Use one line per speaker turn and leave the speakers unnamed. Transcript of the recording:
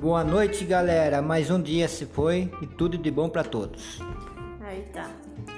Boa noite, galera. Mais um dia se foi e tudo de bom para todos.
Aí tá.